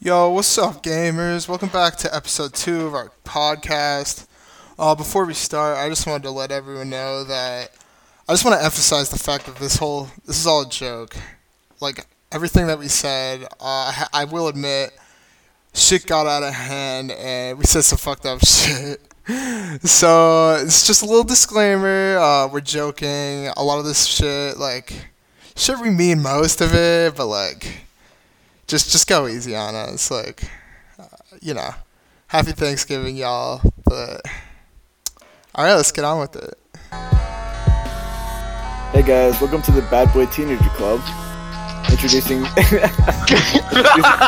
Yo, what's up, gamers? Welcome back to episode two of our podcast. Uh, before we start, I just wanted to let everyone know that I just want to emphasize the fact that this whole this is all a joke. Like everything that we said, uh, I, ha- I will admit, shit got out of hand and we said some fucked up shit. So it's just a little disclaimer. Uh, we're joking. A lot of this shit, like, shit, we mean most of it, but like just just go easy on us. Like, uh, you know, happy Thanksgiving, y'all. But all right, let's get on with it. Hey guys, welcome to the Bad Boy Teenager Club. Introducing. Introducing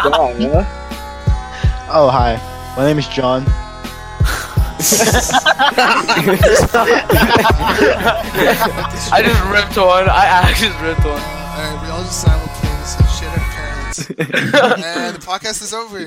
John, huh? Oh, hi. My name is John. I just ripped one. I, I just ripped one. All right, we all just simultaneously shit our pants, and the podcast is over.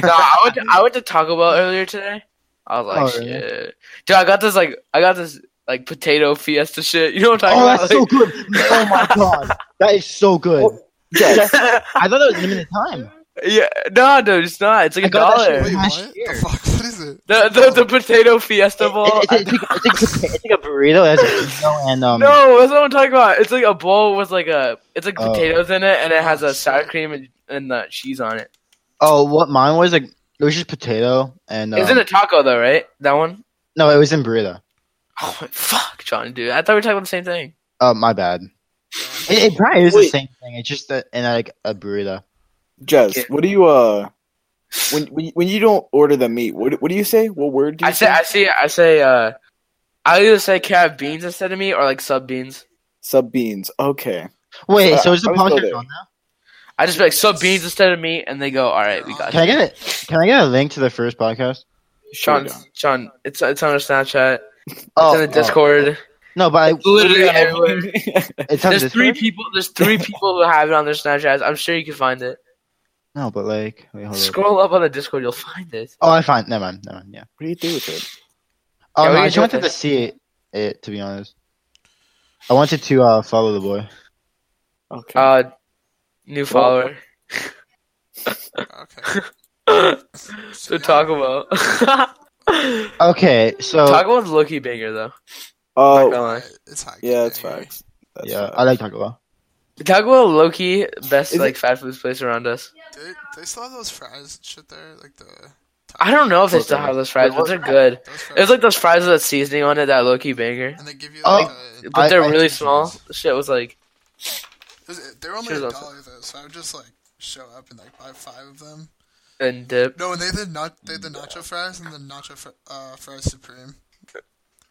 No, I went. To, I went to Taco Bell earlier today. I was like, Oh, really? shit, dude. I got this like, I got this like potato fiesta shit. You know what I'm Oh, talking that's so about? good. Oh my god, that is so Oh, good. Yes. I thought it was limited time. Like, yeah, no, dude, it's not. It's like I a got that shit dollar. Wait, Last what? year. The fuck? What is it? The, the the potato fiesta bowl. It- it- It's like- it's like it's like a burrito. It has a burrito and um. no, that's what I'm talking about. It's like a bowl with like a, it's like Oh. potatoes in it, and it has Oh, a sour shit. cream and, and uh, cheese on it. Oh, what mine was like it was just potato and. Um, It's in a taco though, right? That one. No, it was in burrito. Oh my fuck, John, dude. I thought we were talking about the same thing. Oh, my bad. It, it probably is the Wait. same thing. It's just that in like a burrito. Jess, Yeah. what do you uh? When, when when you don't order the meat, what what do you say? What word do you I say, I say, I say, uh, I either say crab beans instead of meat or like sub beans. Sub beans. Okay. Wait, Uh, so is I the was still podcast there. on now? I just be like sub beans instead of meat, and they go, all right, we got Can I it. get it? Can I get a link to the first podcast? Sure, Sean, John. Sean, it's it's on our Snapchat, it's Oh, in the oh. Discord. No, but I, Literally everywhere. it's on There's three Discord. people. There's three people who have it on their Snapchats. I'm sure you can find it. No, but like, wait, hold up. Scroll up on the Discord, you'll find it. Oh, I find. Never mind. Never mind. Yeah. What do you do with it? Oh, Yeah, no, we I can just do wanted to that. see it, it, to be honest. I wanted to uh, follow the boy. Okay. Uh, new follower. Okay. so Taco Bell. Okay, so Taco Bell's low-key banger though. Uh, Not gonna lie. It's hot. yeah, that's facts. That's yeah, facts. I like Taco Bell. Taco Bell low-key best Is it- like fast food place around us. Do they, do they still have those fries and shit there? Like the. I don't know if they still have those fries, but they're good. Those fries. It's like those fries with that seasoning on it, that low key banger. And they give you Oh. like a. But they're I- I- really small. The shit was like, it was- They're only a Cheers, also. dollar though, so I would just like show up and like buy five of them. and dip. No, and they did not. They did nacho fries and the nacho fr- uh, fries supreme.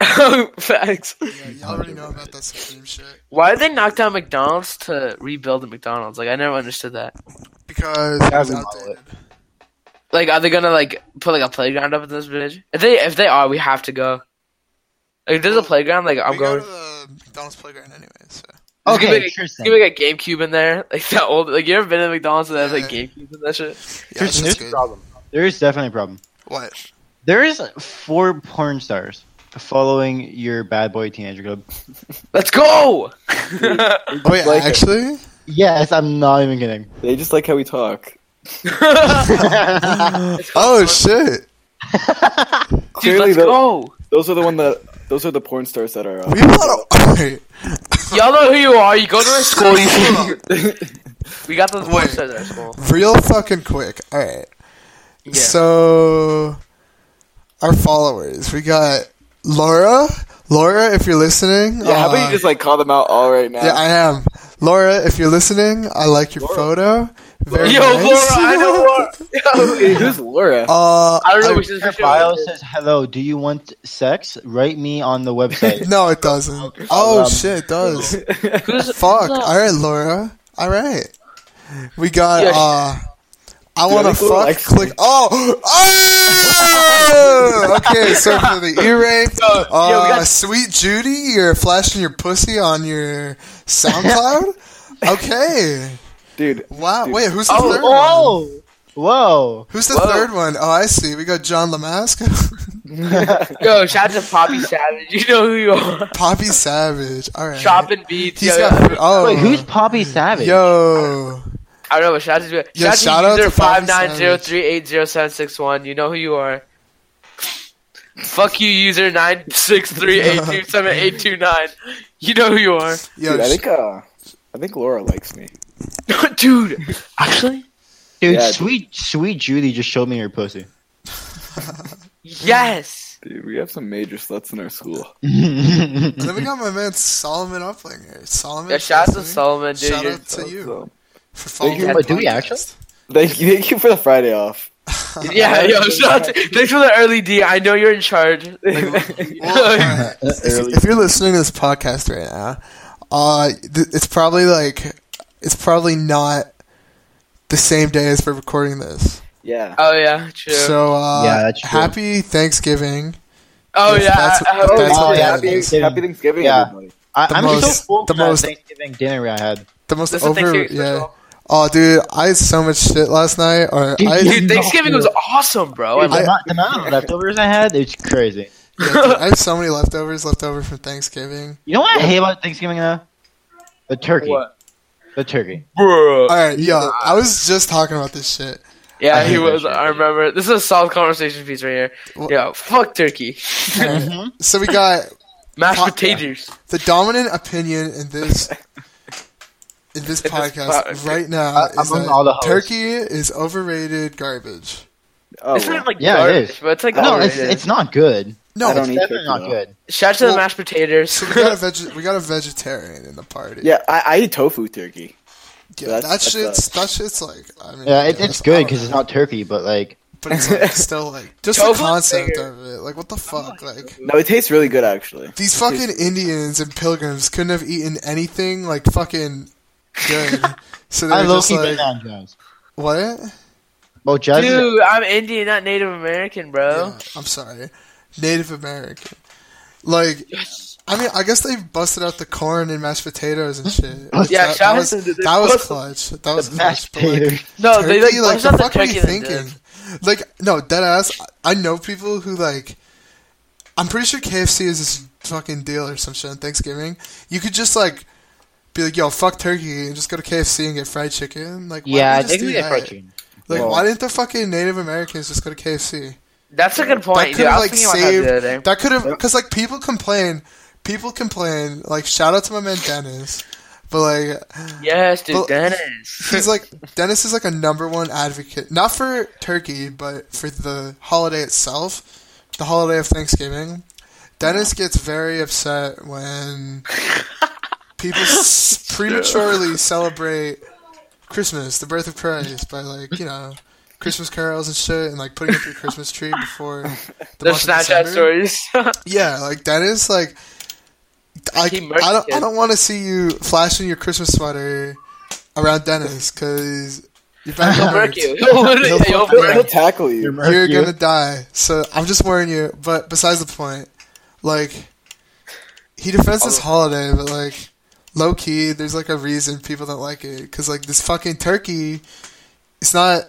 Oh, Facts. Yeah, you already know about that supreme shit Why did they knock down McDonald's to rebuild the McDonald's? Like, I never understood that. because it was was outdated. Like, are they gonna like put like a playground up in this village? If they if they are, we have to go. Like, if there's a playground. Like, I'm we going. go to the McDonald's playground anyway, so Just give Okay, me a- Tristan. You like a GameCube in there, like that old. Like, you ever been to McDonald's and there's like Yeah. GameCube and that shit? yeah, it's Tristan, just there's good. a problem. There is definitely a problem. What? There is four porn stars following your bad boy teenager club. Let's go. Oh yeah, Like it. actually, Yes, I'm not even kidding. They just like how we talk. oh shit, Dude, Clearly, let's tho- go. those are the one that those are the porn stars that are. Uh, we have a lot of. Wait, Y'all know who you are. You go to our school. You we got those Wait. posters at our school. real fucking quick. All right, so our followers, we got Laura. Laura, if you're listening, yeah, how about uh, you just like call them out all right now? Yeah, I am. Laura, if you're listening, I like your Laura. photo. Very Yo, nice. Laura, I know Laura. Yo, Hey, who's Laura? Uh, I don't know. We should Her have bio says, "Hello, do you want sex? Write me on the website." no, it doesn't. Oh Um, shit, it does. Who's Fuck. who's All right, Laura. All right. We got. Yeah. uh I want to like little fuck. X- Click. Oh. Oh! okay. So for the ear rape, Yo, uh, yo, we got- sweet Judy, you're flashing your pussy on your SoundCloud. okay. Dude, Wow. Wait. Who's the Oh, third one? Whoa, whoa! Who's the third one? Oh, I see. We got John Lamasco, that? Yo, shout out to Poppy Savage. You know who you Uh-huh. are. Poppy Savage. All right. Chopping beats. He's Yo, got. yo. Oh. Wait, who's Poppy Savage? Yo. I don't know, but shout out to shout Yeah, out to shout out user to five Falcon nine zero Savage. three eight zero seven six one. You know who you are. Fuck you, user nine six three eight two seven eight two nine. You know who you are, Yo, Dude, I sh- think uh, I think Laura likes me. dude. Actually, Dude, Yeah, dude. sweet, sweet Judy just showed me her pussy. yes. Dude, we have some major sluts in our school. and then we got my man Solomon Upling here. Solomon. Yeah, shout out to listening? Solomon, dude. Shout You're- out to you So, for Thank you. following. Wait, do we actually? thank you, thank you for the Friday off. yeah, yo, shout out to, thanks for the early D. I know you're in charge. Well, alright. Early. if, if you're listening to this podcast right now, uh, th- it's probably like it's probably not the same day as we're recording this. yeah. oh yeah, true. So uh, Yeah, that's true. happy Thanksgiving. oh if yeah, that's- I- I if hope- that's oh, what yeah, that happy, is. happy Thanksgiving, Yeah. everybody. I, The I'm most- so full the for that most- Thanksgiving dinner I had. The most This is over Thanksgiving yeah. special. Oh, dude, I had so much shit last night. Or Dude, I, you- Dude, Thanksgiving was awesome, bro. Oh, I Dude, the, I- amou- the amount of leftovers I had, it's crazy. yeah, dude, I have so many leftovers left over from Thanksgiving. You know what I hate about Thanksgiving though? The turkey. What? The turkey. All Bro. right, yo, I was just talking about this shit. Yeah, I he hate was. that shit, I dude. remember. This is a solid conversation piece right here. Well- yeah, fuck turkey, Mhm. So we got mashed Fuck potatoes. the dominant opinion in this in this In this podcast podcast. right now Uh, is among that all the hosts. turkey is overrated garbage. Oh, It's not well. like Yeah, it garbage, is. but it's like No, it's overrated. it's not good. I No, don't It's eat definitely turkey, not though. good. Shout out to Well- the mashed potatoes. so we got a veg- we got a vegetarian in the party. yeah, I, I eat tofu turkey. Yeah, that's- that that's shit's us. that shit's like. I mean, Yeah, it, yeah, it's good I because don't it's know, not turkey, but like But it's like, still like just the Tofu's concept bigger. of it. Like what the fuck? Like No, it tastes really good actually. these fucking Indians and pilgrims couldn't have eaten anything like fucking good. So they I were low just key like, down Jones. what? Well, Jones, Dude, I'm Indian, not Native American, bro. Yeah, I'm sorry, Native American. Like, I mean, I guess they busted out the corn and mashed potatoes and shit. Like, Yeah, that, shout that out was to the- that was busted- clutch. That was the mashed clutch. But like, potato. No, turkey, they like, Oh, like like the not the fuck are turkey you then, dude. thinking? Like no, dead ass. I- I know people who like. I'm pretty sure KFC is this fucking deal or some shit on Thanksgiving. You could just like be like, yo, fuck turkey, and just go to KFC and get fried chicken. Like, why yeah, I didn't they just think we do get that? fried chicken. Like, Well- why didn't the fucking Native Americans just go to KFC? That's a good That point, could dude. have I was like thinking about that the other saved. day. That could have because like people complain, people complain. Like, shout out to my man Dennis, but like Yes, dude, Well, Dennis. He's like Dennis is like a number one advocate, not for turkey, but for the holiday itself, the holiday of Thanksgiving. Dennis gets very upset when people s- prematurely celebrate Christmas, the birth of Christ, by like you know Christmas carols and shit, and like putting up your Christmas tree before the the month of Snapchat December. stories. Yeah, like Dennis, like I, He murdered I don't, I him. don't want to see you flashing your Christmas sweater around Dennis because you're He'll murk you. He'll literally- He'll he'll fuck He'll, Yeah. murk he'll tackle you. You're gonna die. So I'm just warning you. But besides the point, like he defends Oh. this holiday, but like low key, there's like a reason people don't like it because like this fucking turkey, it's not,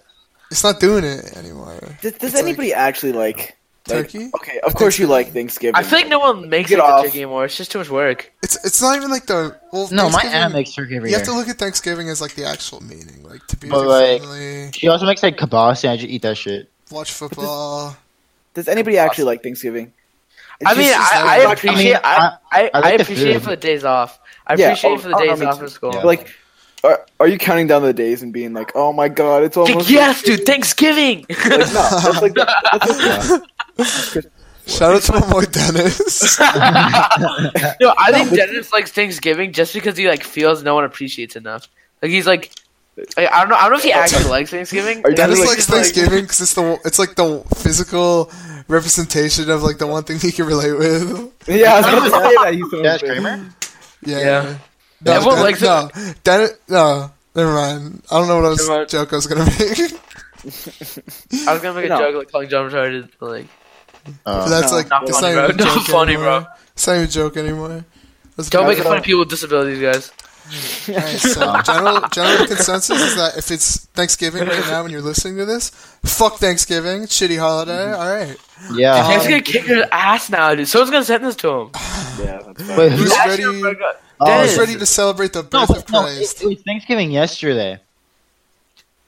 it's not doing it anymore. Does, does It's like- anybody actually like like- Turkey? okay, of course you like Thanksgiving. I feel like no one makes Get it off. like turkey anymore. It's just too much work. It's it's not even like the well. No, my Thanksgiving- aunt makes turkey every You year. have to look at Thanksgiving as like the actual meaning, like to be But, with your like- family, She also makes like kielbasa, and I just eat that shit. watch football. Does anybody actually like Thanksgiving? I mean, just- it's not I, even I like- appreciate I, I, I I, like the appreciate it food. for the days off. I Yeah, appreciate oh, it for the oh, no, days me off too. in school. Yeah. Like, are, are you counting down the days and being like, oh my god, it's Like, almost yes, dude, Thanksgiving. Like, no, that's like the, that's like the- Shout out to my boy Dennis. no, I think Dennis likes Thanksgiving just because he like feels no one appreciates enough. Like he's like, I I don't know, I don't know if he actually likes Thanksgiving. Are you- Dennis Like, likes it's like- Thanksgiving because it's the it's like the physical representation of like the one thing he can relate with. yeah, I was gonna say that. You Oh, son of Dennis a bitch. Kramer? Yeah. Yeah. No, Everyone Den- likes it. no. Dennis. No. Never mind. I don't know what I Never was mind. joke I was gonna make. I was gonna make a No. joke like calling John retarded. but, Like, But Uh, that's No, like Oh, not it's funny, not even bro. a Not joke funny, anymore. bro. It's not even a joke anymore. Let's don't go. make it fun of people with disabilities, guys. Alright, so general general consensus is that if it's Thanksgiving right now when you're listening to this, fuck Thanksgiving, shitty holiday. All right, yeah. Um, He's gonna kick his ass now, dude. Someone's gonna send this to him. Yeah, that's fine. Wait, who- Who's That's ready? your- Uh, Oh, Dennis. who's ready to celebrate the No, birth of but no, it, Christ? it was Thanksgiving yesterday.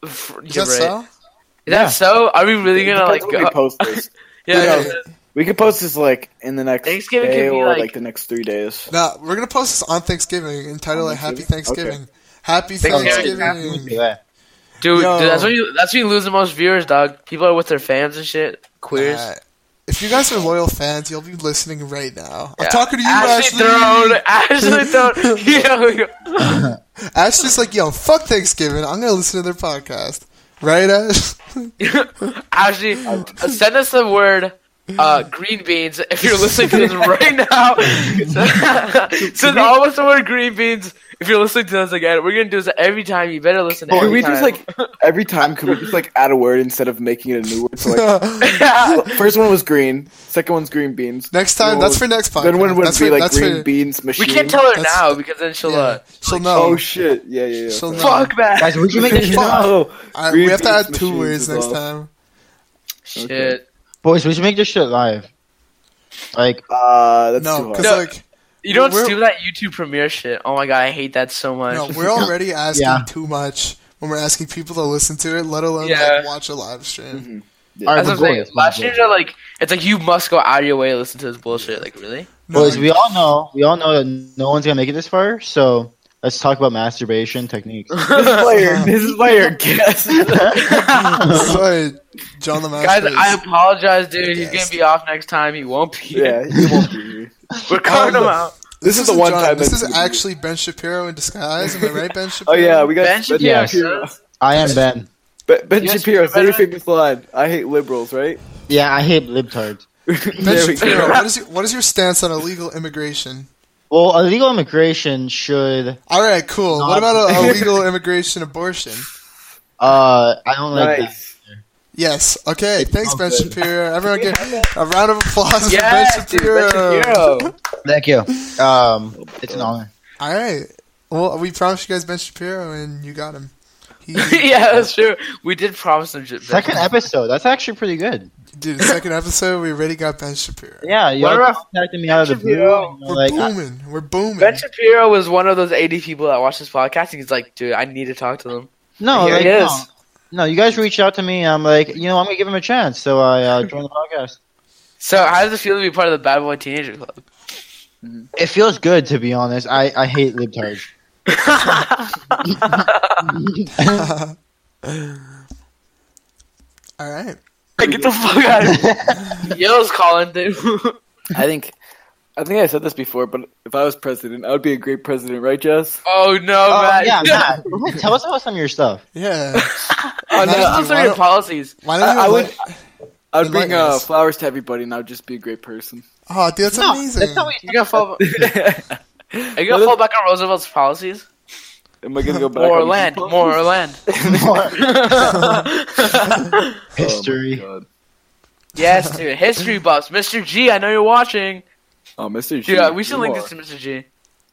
F- you're Is that right. so? Is that Yeah. so? Are we really gonna like Depends when go? we post this. yeah, Yeah. yeah. We could post this like in the next Thanksgiving day could be, or like- like, the next three days. No, we're gonna post this on Thanksgiving and title On it "Happy Thanksgiving? Thanksgiving." Happy Thanksgiving. Thanksgiving. Yeah. Dude, Yo. dude, that's when you that's when you lose the most viewers, dog. People are with their fans and shit. Queers. Uh, if you guys are loyal fans, you'll be listening right now. I'm Yeah. talking to you, Ashley Ashley. Throne. Ashley Throne. Yeah, Ashley's like, "Yo, fuck Thanksgiving. I'm gonna listen to their podcast." Right, Ash? we- Ashley, send us the word uh, green beans if you're listening to this right now. send all of us the word green beans if you're listening to this again. We're gonna do this every time. You better listen. Could every we time. just like every time? Could we just like add a word instead of making it a new word? So like, first one was green. Second one's green beans. next time, Well, that's for next podcast. Then one would that's be for, like that's green for, beans machine. we can't tell her That's- now because then she'll. Yeah, Uh, she'll know. Oh shit! Yeah, yeah, yeah. She'll know. fuck man. Guys, we should make a Fuck. No. I- we Green have to beans add two machines words is next off. time. Shit. Okay. boys. We should make this shit live. Like Uh, that's no, too hard. because No. like, You don't We're- do that YouTube premiere shit. Oh my god, I hate that so much. no, we're already asking Yeah. too much when we're asking people to listen to it, let alone Yeah. like watch a live stream. Yeah. All right, That's but what I'm saying. boys, Last boys, years are like, it's like you must go out of your way to listen to this bullshit. Like, really? Mm-hmm. No, boys, we all know we all know that no one's gonna make it this far. So let's talk about masturbation techniques. this player, this is player guess. sorry, John the Master. Guys, is- I apologize, dude. He's gonna Yes. be off next time. He won't be. yeah, here. it won't be. me. We're cutting Oh, him no. out. This is the isn't one John, time. This that's is gonna be- actually Ben Shapiro in disguise. Am I right, Ben Oh Shapiro? yeah, we got Ben Shapiro. Yes. says- I am Ben. Ben, ben Yes, Shapiro, Mr. very Bennett. famous line. I hate liberals, right? Yeah, I hate libtards. Ben there we Shapiro. go. What is, your, what is your stance on illegal immigration? Well, illegal immigration should. All right, cool. What about a- illegal immigration abortion? Uh, I don't like that. nice. Yes. Okay. Thanks, Ben good. Shapiro. Everyone, get a round of applause Yes, for Ben dude, Shapiro. Ben Shapiro. Thank you. Um, it's an honor. All right. Well, we promised you guys Ben Shapiro, and you got him. He, yeah, that's true. We did promise him. shit. Second episode. That's actually pretty good. dude, second episode, we already got Ben Shapiro. Yeah, you What all about- contacted me out of the blue. Yeah. and you're uh, We're Like, I, booming. We're booming. Ben Shapiro was one of those 80 people that watched this podcast. And he's like, dude, I need to talk to them. no, Here like, he is. no, no. You guys reached out to me. and I'm like, you know, I'm gonna give him a chance. So I uh, joined the podcast. So, how does it feel to be part of the Bad Boy Teenager Club? It feels good to be honest. I, I hate libtards. All right. Like, get the fuck out of here. Yell's calling, dude. I think, I think I said this before, but if I was president, I would be a great president, right, Jess? oh, no, Oh, Matt. yeah, Matt. go ahead, Tell us about some of your stuff. Yeah. Oh, no, Matt, those why are your don't- policies. Why I, don't you? I let- would, I would bring enlighten uh, us. flowers to everybody, and I would just be a great person. Oh, dude, that's no, amazing. that's not what you You're gonna fall, are you gonna What fall back on Roosevelt's policies? Am I gonna go back? More on land, people? more land. Oh my history. God. yes, dude. History buffs, Mr. G. I know you're watching. Oh, Mr. G, Yeah, we should you link are- this to Mr. G.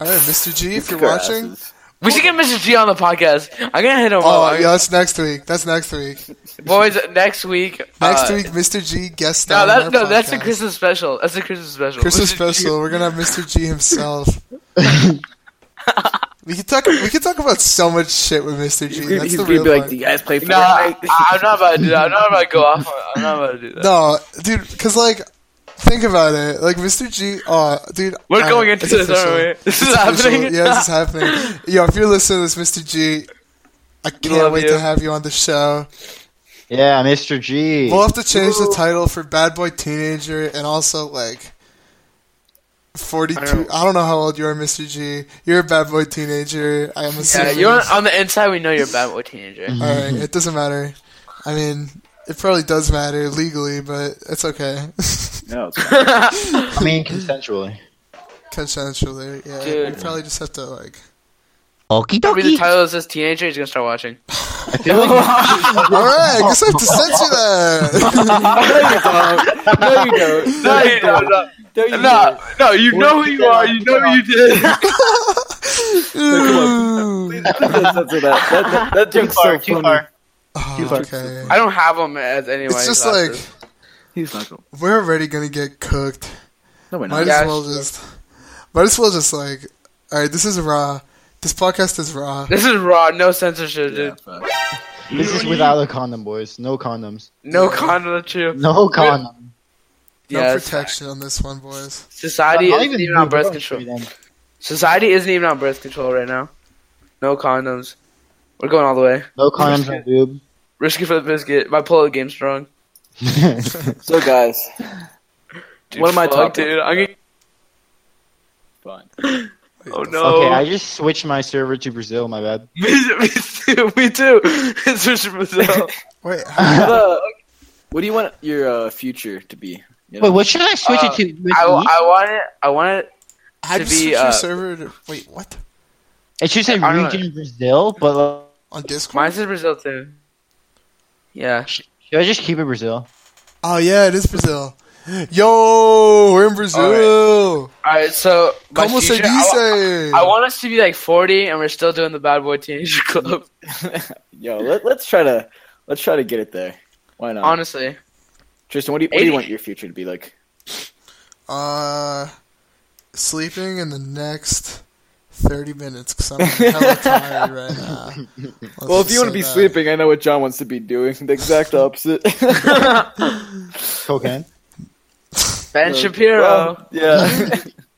All right, Mr. G, if you're your watching. asses. We should get Mr. G on the podcast. I'm gonna hit him Oh, up. yeah, that's next week. That's next week. Boys, next week. Next uh, week, Mr. G guest No, on that's our no, that's the podcast. Christmas special. That's the Christmas special. Christmas Mr. G. special. We're gonna have Mr. G himself. we can talk. We can talk about so much shit with Mr. G. He's gonna That's he's the gonna be real like, part. "Do you guys play No, I, Fortnite?" I'm not about to do that. I'm not about to go off. on- I'm not about to do that. No, dude, because like, think about it. Like, Mr. G. Oh, dude, We're alright, going into it's this, official. aren't we? This It's is official. happening. Yeah, this is happening. Yo, if you're listening to this, Mr. G, I can't love wait you. to have you on the show. Yeah, Mr. G. We'll have to change the title for Bad Boy Teenager and also like. 42. I I don't, don't- know how old you are, Mr. G. You're a bad boy teenager. I am Yeah, assuming. you're on, on the inside. We know you're a bad boy teenager. All right, it doesn't matter. I mean, it probably does matter legally, but it's okay. No, it's fine. I mean, consensually. Consensually, yeah. Dude. You probably just have to like. Okie Probably the title is this teenager. He's gonna start watching. All right, I guess I have to censor that. no, you don't. No, you don't, no, No, you don't. no, no, you know who you are. You know what you did. Ooh. Please censor that. That, that, that joke's so funny. Oh, far. okay. I don't have him as anyone. It's just like He's not going. we're already gonna get cooked. No, we're Might not. Yeah, as well just. Might as well just like. All right, this is raw. This podcast is raw. this is raw, no censorship, dude. Yeah, This is without a condom, boys. No condoms. No condom, that's true. No condom. No Yeah, it's- protection on this one, boys. society Not isn't even on birth drugs control. for them. Society isn't even on birth control right now. No condoms. We're going all the way. No condoms on boob. Risky for the biscuit. My polo game strong. So guys, Dude, What am I fuck, talking dude? I'm gonna- Fine. Oh no. Okay, I just switched my server to Brazil. My bad. me, me too. Me too. It's Richard Brazil. Wait, how- uh, what do you want your uh, future to be? You know? Wait, what should I switch Uh, it to? I, I want it. I want it. how To did be, you switch uh, your server to. Wait, what? it should say I don't know. region Brazil, but uh, On Discord? Mine says Brazil too. Yeah. should I just keep it Brazil? Oh, yeah, it is Brazil. Yo, we're in Brazil. All right. So my Como se future, I wa- dice? I want us to be like 40, and we're still doing the bad boy teenager club. Yo, let, let's try to let's try to get it there. Why not? Honestly, Tristan, what do you what do you 80. want your future to be like? Uh, sleeping in the next 30 minutes because I'm hella tired right now. Let's Well, if just you say want to be that. sleeping, I know what John wants to be doing. The exact opposite. Cocaine. Ben Shapiro. yeah,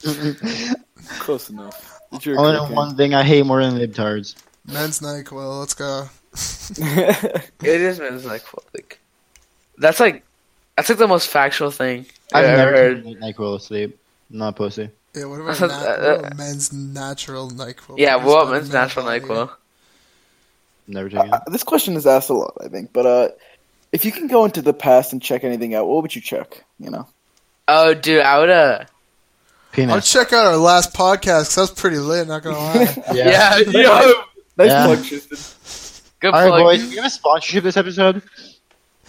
I close enough. It's your know cocaine. one thing I hate more than libtards. men's NyQuil, let's go. It is men's like like that's like that's like the most factual thing I've, I've ever never heard. taken Nyquil asleep. Not pussy. Yeah, what about Uh, nat- uh, what about men's natural NyQuil? Yeah, Just well, by men's male natural body. Nyquil. Never taken. Uh, this question is asked a lot, I think. But uh, if you can go into the past and check anything out, what would you check? You know, Oh, dude, I would uh. I'll Penis. check out our last podcast because that was pretty lit, not gonna lie. Oh, Yeah, yo, nice Yeah. plug, Tristan. good All right, plug. boys. We have a sponsorship this episode.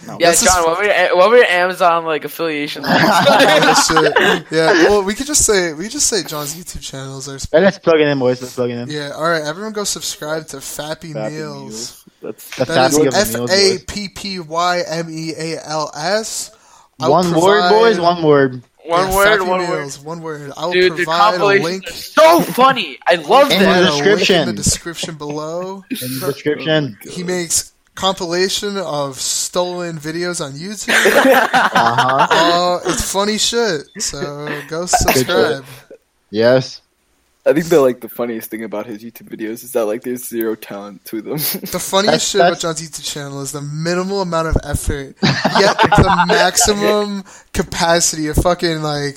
Yeah, This is- John, what were your, what were your Amazon like affiliation? Oh, links? shit. Yeah, well, we could just say we could just say John's YouTube channel is our. Sp- Let's plug it in, boys. Let's plug it in. yeah, all right, everyone go subscribe to Fappy, Fappy Meals. Meals. That's The That fappy of is the F meal, A boys. P P Y M E A L S. I will One word, provide- boys. One word. One Yeah, word, Fappy one word. Meals, one word. I will Dude, the provide a compilations link. are so funny. I love In the provide a them. link in the description. description below. In the description. He makes compilation of stolen videos on YouTube. Uh huh. uh, it's funny shit. So go subscribe. Yes. I think that like the funniest thing about his YouTube videos is that like there's zero talent to them. The funniest That's- shit about John's YouTube channel is the minimal amount of effort, yet the maximum capacity of fucking like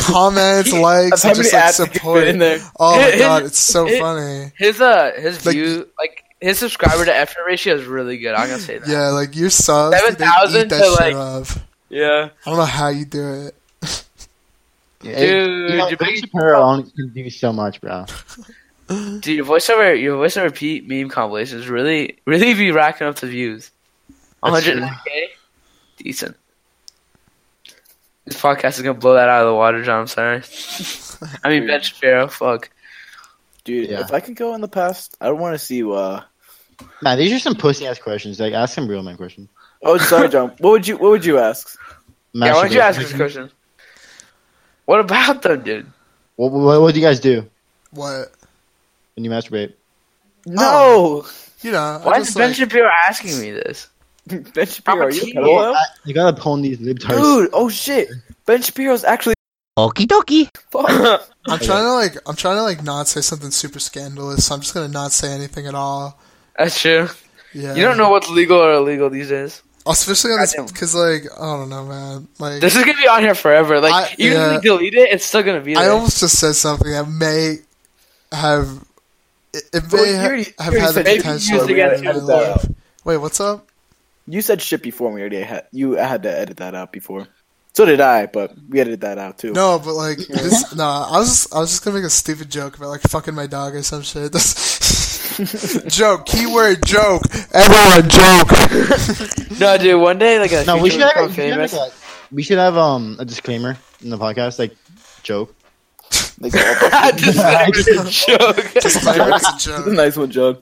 comments, likes, How and many just like ads you can fit support. in there? Oh my It- god, it's so it- funny. His uh, his Like- view, like his subscriber to effort ratio is really good. I'm gonna say that. Yeah, like your subs, dude, they eat 7,000 that to, shit like- up. Yeah. I don't know how you do it. Dude, you know, you Ben make- Shapiro only can do so much, bro. Dude, your voiceover, your voiceover Pete meme compilations really, really be racking up the views. That's 109k, decent. This podcast is gonna blow that out of the water, John. I'm sorry. I mean Ben Shapiro. Fuck. Dude, Yeah. if I could go in the past, I want to see. Uh... Man, these are some pussy ass questions. Like, ask him real man questions. Oh, sorry, John. what would you What would you ask? Yeah, why don't you ask Masturbation. this question? What about them, dude? What, what, what do you guys do What when you masturbate? No, you know? Why I is just, Ben like, Shapiro asking me this? Ben Shapiro, are you a Property. pedophile? I- you gotta pull in these libtards. Dude, oh shit, Ben Shapiro's actually. Okie dokie. Fuck. I'm trying to like, I'm trying to like not say something super scandalous. So I'm just gonna not say anything at all. That's true. Yeah, You don't know what's legal or illegal these days. especially on this Goddamn. because like I don't know, man. Like This is gonna be on here forever. Like I- even yeah. if we delete it, it's still gonna be there. I almost just said something that may have it, it may Well, you ha- already- have you already had the said you potential. to used to get ruin my it edited out. life. Wait, what's up? You said shit before. and We already had you had to edit that out before. So did I, but we edited that out too. No, but like this. Nah, I was just, I was just gonna make a stupid joke about like fucking my dog or some shit. That's- joke. Keyword joke. Everyone joke. no, dude. One day, like a No, we should, have, become we, should have, famous. like, a- we should have um a disclaimer in the podcast, like joke. Like, oh, Just like a joke. Disclaimer, it's a that's a joke. nice one, John.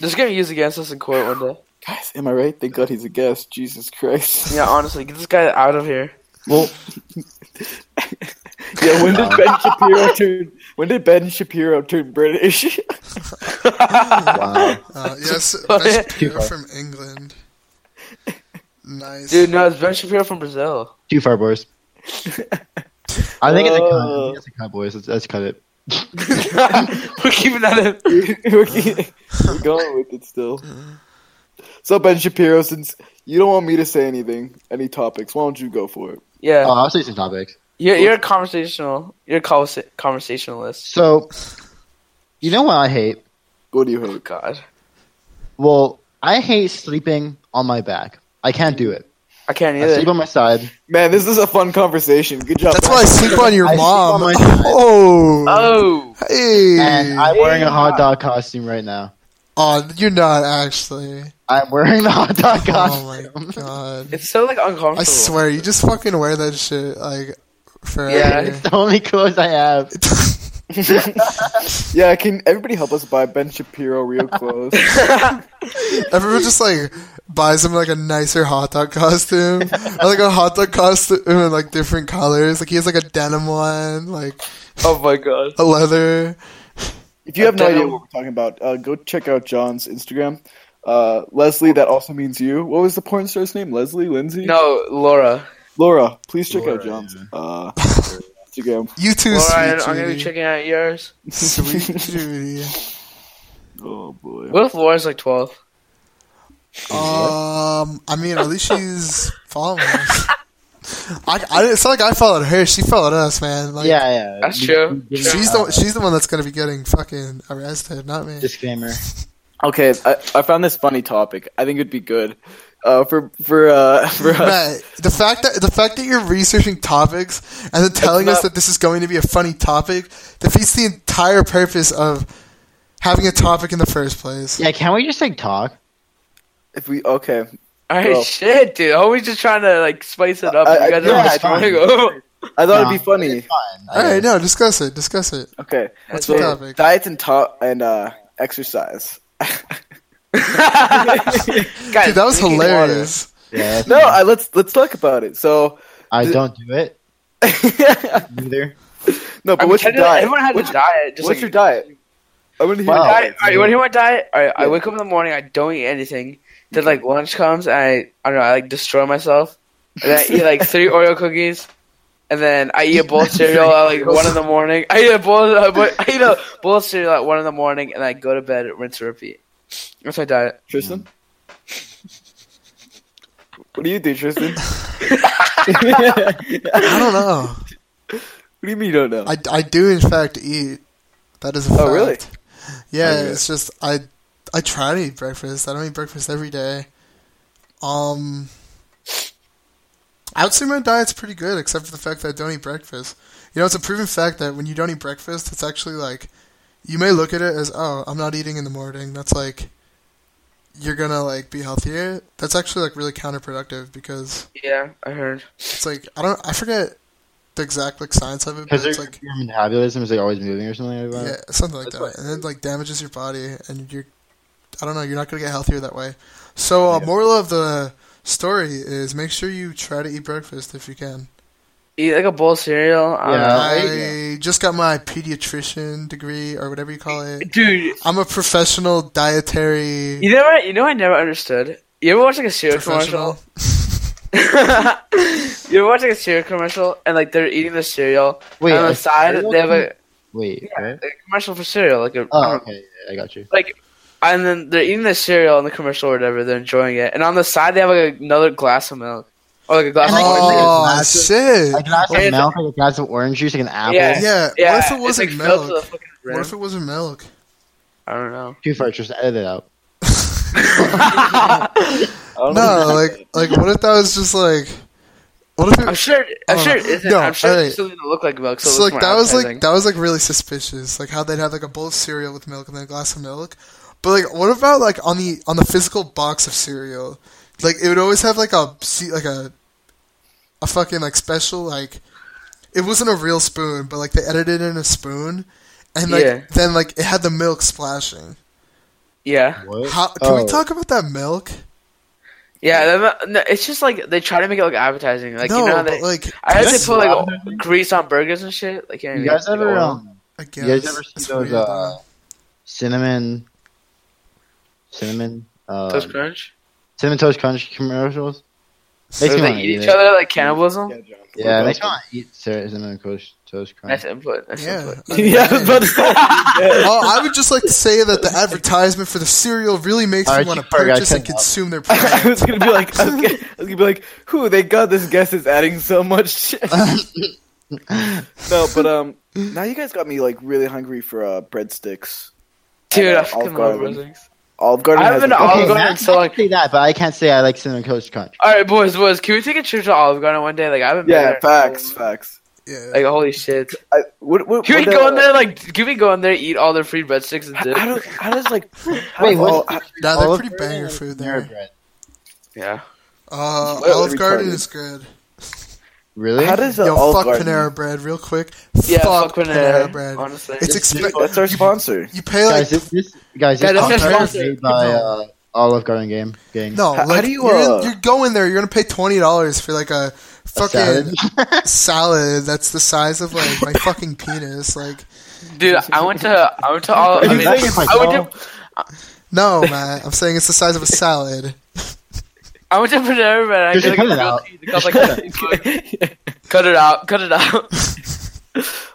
This is gonna be used against us in court one day. Guys, am I right? Thank God he's a guest. Jesus Christ. Yeah, honestly, get this guy out of here. Well, Yeah, when did Ben Shapiro turn? When did Ben Shapiro turn British? Wow. Uh, yes, Oh, yeah. best beer from England. Nice. Dude, no, it's Ben Shapiro from Brazil. Too far, boys. I think it's a cut. I Oh. think it's a cut, boys. Let's, let's cut it. We're keeping that in. we're, keep- we're going with it still. So Ben Shapiro, since you don't want me to say anything, any topics, why don't you go for it? Yeah, Oh, I'll say some topics. you're, you're a conversational. You're a conversa- conversationalist. So, you know what I hate? What do you Oh hate? God, Well, I hate sleeping on my back. I can't do it. I can't I sleep either. on my side. Man, this is a fun conversation. Good job. That's why I sleep on your I sleep mom. on my side. oh, Oh, hey. And I'm wearing a hot dog costume right now. oh, you're not actually. I'm wearing the hot dog Oh costume. my god. it's so like uncomfortable. I swear, you just fucking wear that shit like forever. It's the only clothes I have. Yeah, can everybody help us buy Ben Shapiro real clothes? Everyone just like buys him like a nicer hot dog costume, or, like a hot dog costume in like different colors. Like he has like a denim one, like oh my God. a leather. If you have no Okay. idea what we're talking about, uh, go check out John's Instagram. Uh, Leslie, that also means you. What was the porn star's name? Leslie, Lindsay, No, Laura. Laura. Please check Laura, out John's yeah. uh, Instagram. You too, Laura, I'm, sweet I'm gonna be Judy. checking out yours. sweet Judy. Oh boy. What if Laura's like 12? Um, I mean, at least she's following us. I, I, it's not like I followed her. She followed us, man. Like, yeah, yeah. That's We- true. we didn't- She's uh, the she's the one that's gonna be getting fucking arrested, not me. disclaimer. Okay, I, I found this funny topic. I think it'd be good uh, for for uh, for us. Matt, the fact that the fact that you're researching topics and then telling us not- that this is going to be a funny topic defeats the entire purpose of having a topic in the first place. Yeah, can we just like talk? If we okay, Alright, Well- shit, dude. Always just trying to like spice it up. I- I- you guys yeah, are I just trying to go. I thought Nah. it'd be funny. Fine. All right, no, discuss it. Discuss it. Okay, What's So, the topic? diets and top and uh, exercise. Guys, Dude, that was we need water. hilarious. Yeah, No, I, let's let's talk about it. So, I don't do it no, either. but I mean, what's your technically, diet? Everyone had What's- a diet. Just what's like, your diet? I want to hear. Wow. your diet? diet. Alright, you wanna hear my diet? Alright, I Yeah. wake up in the morning, I don't eat anything. Then like lunch comes, I I don't know, I like destroy myself. And then I eat like three Oreo cookies. And then I eat a bowl of cereal at like one in the morning. I eat a bowl. Of, I eat a bowl of cereal at one in the morning, and I go to bed, rinse, and repeat. That's my diet. Tristan? Hmm. What do you do, Tristan? I what don't know. do you mean you don't know? I, I do in fact eat. That is a fact. Oh, really? Oh, Yeah, Okay. it's just I I try to eat breakfast. I don't eat breakfast every day. Um, I would say my diet's pretty good, except for the fact that I don't eat breakfast. You know, it's a proven fact that when you don't eat breakfast, it's actually like you may look at it as oh, I'm not eating in the morning. That's like you're gonna like be healthier. That's actually like really counterproductive because Yeah, I heard. it's like I don't I forget the exact like science of it, but Because it's your, like your metabolism is like always moving or something like that. yeah, something like That's that. what- and it like damages your body, and you're, I don't know, you're not gonna get healthier that way. So, uh, moral of the story is make sure you try to eat breakfast if you can. Eat like a bowl of cereal. I don't Yeah. know. I there just got my pediatrician degree or whatever you call it. Dude, I'm a professional dietary you never. You know, I never understood. You ever watch like a cereal commercial? professional. you ever watch like a cereal commercial and like they're eating the cereal Wait, and on a the side cereal they have a, Um, Wait. what? a commercial for cereal, like a, Oh, okay. yeah, I got you. and then they're eating the cereal in the commercial or whatever. They're enjoying it, and on the side they have like another glass of milk or like a glass And, like, of orange. it's Oh massive. shit! A glass of it's- milk, like a glass of orange juice, like an apple. Yeah. Yeah, Yeah, what if it it's, wasn't like, filled to the milk? fucking What rim. if it wasn't milk? I don't know. Too far, just edit it out. I don't No, know. like, like what if that was just like, what if it I'm sure. I'm Oh, sure it isn't. no, I'm sure alright. it doesn't look like milk. So, So, like that was like that. that was like really suspicious. Like how they'd have like a bowl of cereal with milk and then a glass of milk. But like what about like on the on the physical box of cereal? Like it would always have like a se- like a a fucking like special like it wasn't a real spoon, but like they edited in a spoon and like Yeah. then like it had the milk splashing. Yeah. What? Oh. How can we talk about that milk? Yeah, they're not- no, it's just like they try to make it look appetizing. Like no, you know, how but they, like I heard they Yes. put like Appetizing? grease on burgers and shit. Like you, know what I You mean? guys Like, ever oil. um, I guess. you guys ever see it's those weird, uh, though. cinnamon cinnamon uh, Toast crunch? cinnamon toast crunch commercials? Like, me they wanna eat eat each it. other like cannibalism. Yeah, John. Yeah, We're makes me both- want to eat cin- cinnamon toast toast crunch. Nice input. Nice Yeah. input. I yeah, I was mean, about to say. yeah. Oh, I would just like to say that the advertisement for the cereal really makes All me right, want to keep our guy purchase and checked out. consume their I product. was gonna be like, I was gonna, I was gonna be like, who? They got this guest is adding so much shit. no, but um, now you guys got me like really hungry for uh breadsticks. Dude, Uh, I fucking Olive love Garden. things. Olive Garden. I has haven't a- been to Olive Okay, Garden, I, so, I like- can say that, but I can't say I like cinnamon toast crunch. All right, boys, boys, can we take a trip to Olive Garden one day? Like I haven't. been Yeah, there. facts, facts. yeah. Like holy shit! I, what, what, Can we what, go uh, in there? Like, can we go in there, eat all their free breadsticks and dip? How, do, how does like? How Wait, does what? all- how- Nah, Uh, they're Olive pretty Garden banger and food Panera there. Bread. Yeah. Uh, Well, Olive Garden retarded. is good. Really? How does the Yo, Olive fuck Garden? Panera Bread real quick. Yeah. fuck, Fuck, Panera, Panera. uh, Bread. Honestly, It's It's- expensive. What's our sponsor? You pay like guys, this, this guys, this Guys, that's podcast not is sponsored. made by uh, Olive Garden game gang. no, How- how like do you, you're, in- uh, you're going there. You're gonna pay twenty dollars for like a A salad. fucking salad. that's the size of like my fucking penis. Like dude, I went to I went to all. I you mean, I saying it's like went to no, Matt. I'm saying it's the size of a salad. I went to Panera Bread. and I Just did, like, cut a it grilled out. cheese, because, like, cut it out. Cut it out.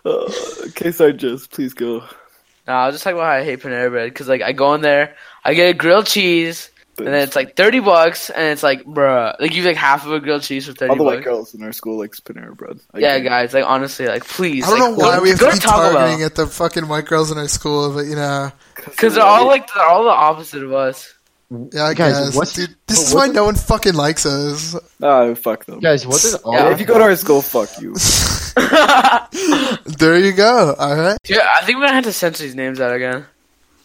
Uh, okay, sorry, Jess. Please go. No, I was just talking about how I hate Panera Bread because like I go in there, I get a grilled cheese, and then it's like thirty bucks, and it's like bruh, like you get, like half of a grilled cheese for thirty All the white bucks. girls in our school like Panera Bread. I yeah, get it. guys, like honestly, like please. I don't know like, why go- we have go to be Taco Bell. targeting at the fucking white girls in our school, but you know, Because they're all like they're all the opposite of us. yeah, I Guys, guess. what's- Dude, this is what's- why no one fucking likes us. Ah, fuck them. Guys, what does Olive? Yeah, if you go to our school, fuck you. there you go. All right. Dude, I think we're gonna have to censor these names out again.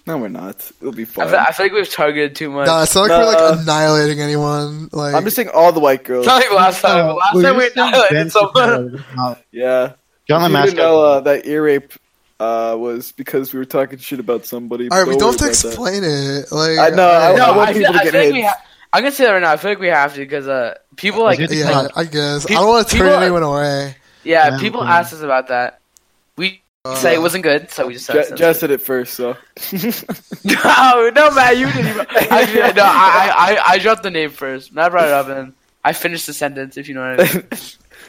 No, we're not. It'll be I fine. feel, I feel like we've targeted too much. No, it's not like we're like Nah. annihilating anyone. Like I'm just saying all the white girls. it's not like last time. last We're time we just saying annihilated Ben's someone. not- Yeah. John you didn't know Lamasco. uh, that ear rape uh, was because we were talking shit about somebody. All right, we don't have to worry about that. explain it. Like, I know, all I- right. No, I want I feel, people to I get feel like we hits. ha- I'm gonna say that right now. I feel like we have to because uh, people like It's yeah, not- I guess Pe- I don't want to turn people are- anyone away. Yeah, Yeah, Uh, people okay. asked us about that. We say it wasn't good, so we just said Je- Jess did it first, so. no, no, Matt, you didn't. Even, I, did- no, I, I, I dropped the name first. Matt brought it up, and I finished the sentence. If you know what I mean.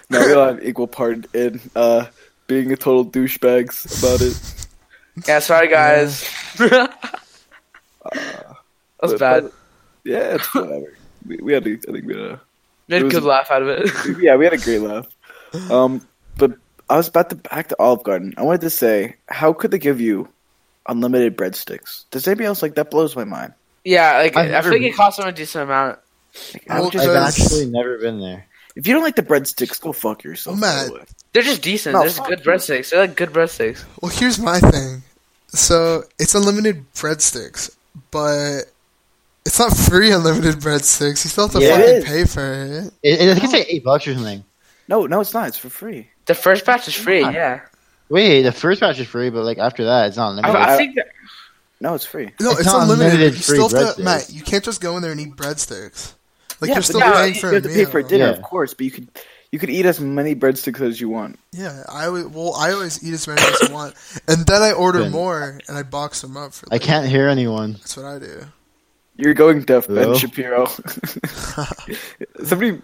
no, we all have equal part in uh, being a total douchebags about it. Yeah, sorry guys. that was But- bad. Yeah, it's whatever. We, we had, a, I think we had a, Made a was- good laugh out of it. yeah, we had a great laugh. Um, but I was about to back to Olive Garden. I wanted to say, how could they give you unlimited breadsticks? Does anybody else like that? Blows my mind. yeah, like I've I never think it been- cost them a decent amount. Like, I Well, would I've just, Because- actually never been there. if you don't like the breadsticks, go fuck yourself. by the Matt. way. They're just decent. No, They're just fuck good you. breadsticks. They're like good breadsticks. Well, here's my thing. So it's unlimited breadsticks, but it's not free unlimited breadsticks. You still have to Yeah, it fucking is. pay for it. It, it, I think it's like eight bucks or something. No, no, it's not. It's for free. The first batch is free. Yeah. Yeah, Wait, the first batch is free, but like after that, it's not I, limited. I I- think that, No, it's free. No, it's, It's not unlimited. unlimited you free still have to, breadsticks. Matt. You can't just go in there and eat breadsticks. Like you're yeah, but still you- paying you, for you a have to pay for meal. dinner, Yeah. of course, but you could you could eat as many breadsticks as you want. Yeah, I always, well, I always eat as many as I want, and then I order Then- more and I box them up. For I like, can't hear anyone. That's what I do. You're going deaf, Ben Hello? Shapiro. somebody, Bro.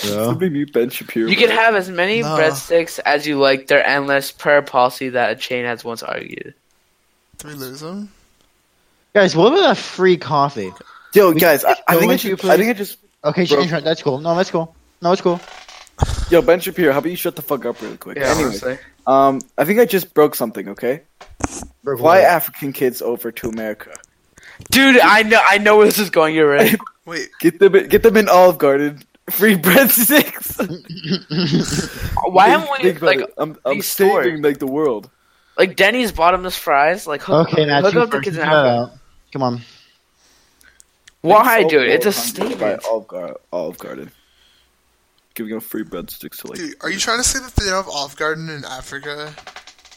somebody mute Ben Shapiro. you can bro. have as many Nah. breadsticks as you like. They're endless per policy that a chain has once argued. Did we lose them? Guys, what about that free coffee? Yo, guys, I, I Go think I into your should. I place. think I just. Okay, Bro. change right. That's cool. No, that's cool. No, it's cool. Yo, Ben Shapiro, how about you shut the fuck up really quick? Yeah, anyway, honestly. um, I think I just broke something. Okay, Bro, fly what? African kids over to America. Dude, I know, I know where this is going. You're right. Wait, Get them, in- get them in Olive Garden. Free breadsticks. Why haven't we Think about like it. I'm, I'm these stores? saving like the world. like Denny's bottomless fries? Like hook, okay, Matt, hook you up the first. kids in Shout Africa. out. Come on. Why, So dude? It's a hungry by statement. Olive, Gar- Olive Garden. Giving out free breadsticks to like. dude, are you trying to say that they don't have Olive Garden in Africa?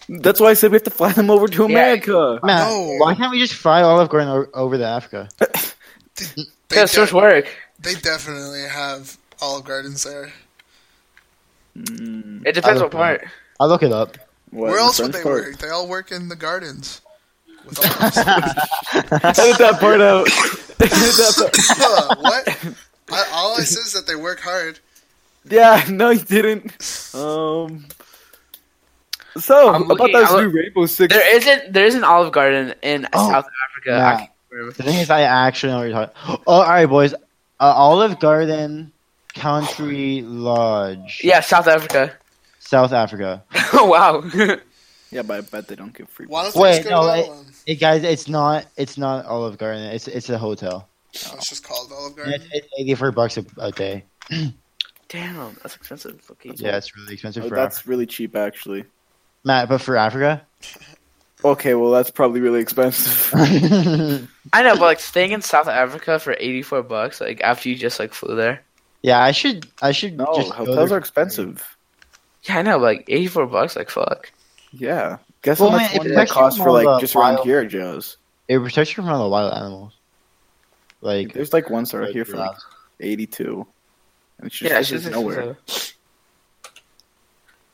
That's why I said we have to fly them over to America. Matt, No. why can't we just fry Olive Garden o- over to Africa? Dude, they Yeah, so much don't- work. They definitely have Olive Gardens there. Mm, It depends I don't what part. I'll look it up. what, Where else French would they part? work? They all work in the gardens. With all those- Edit that part out. Edit that part- Huh, what? I, all I said is that they work hard. Yeah, no, you didn't. Um. So I'm about looking- that I'm new Rainbow Six. There isn't there is an Olive Garden in Oh, South Africa. I nah. can't remember. The thing is, I actually know what you're talking. Oh, all right, boys. Uh, Olive Garden Country Lodge, Yeah, South Africa. South Africa. oh wow. yeah, but I bet they don't give free. Why don't they Wait, just go no, to that wait. one? Hey guys, it's not it's not Olive Garden. It's it's a hotel. Oh, it's just called Olive And It's, Garden. it's eighty four bucks a, a day. Damn, that's expensive. Location. Yeah, it's really expensive Oh, for that's Af- really cheap, actually. Matt, but for Africa, Okay, well, that's probably really expensive. yeah, I know, but like staying in South Africa for eighty four bucks, like after you just like flew there. I should I should No, just go hotels there. are expensive. Yeah, I know, but like eighty four bucks, like fuck. Yeah. Guess Well, how man, much it money that protects you costs from for all like the just around wild- here, Joe's. It protects you from the wild animals. Like There's like one star like here for like giraffes. 82. And it's just, Yeah, yeah, it's just nowhere. expensive.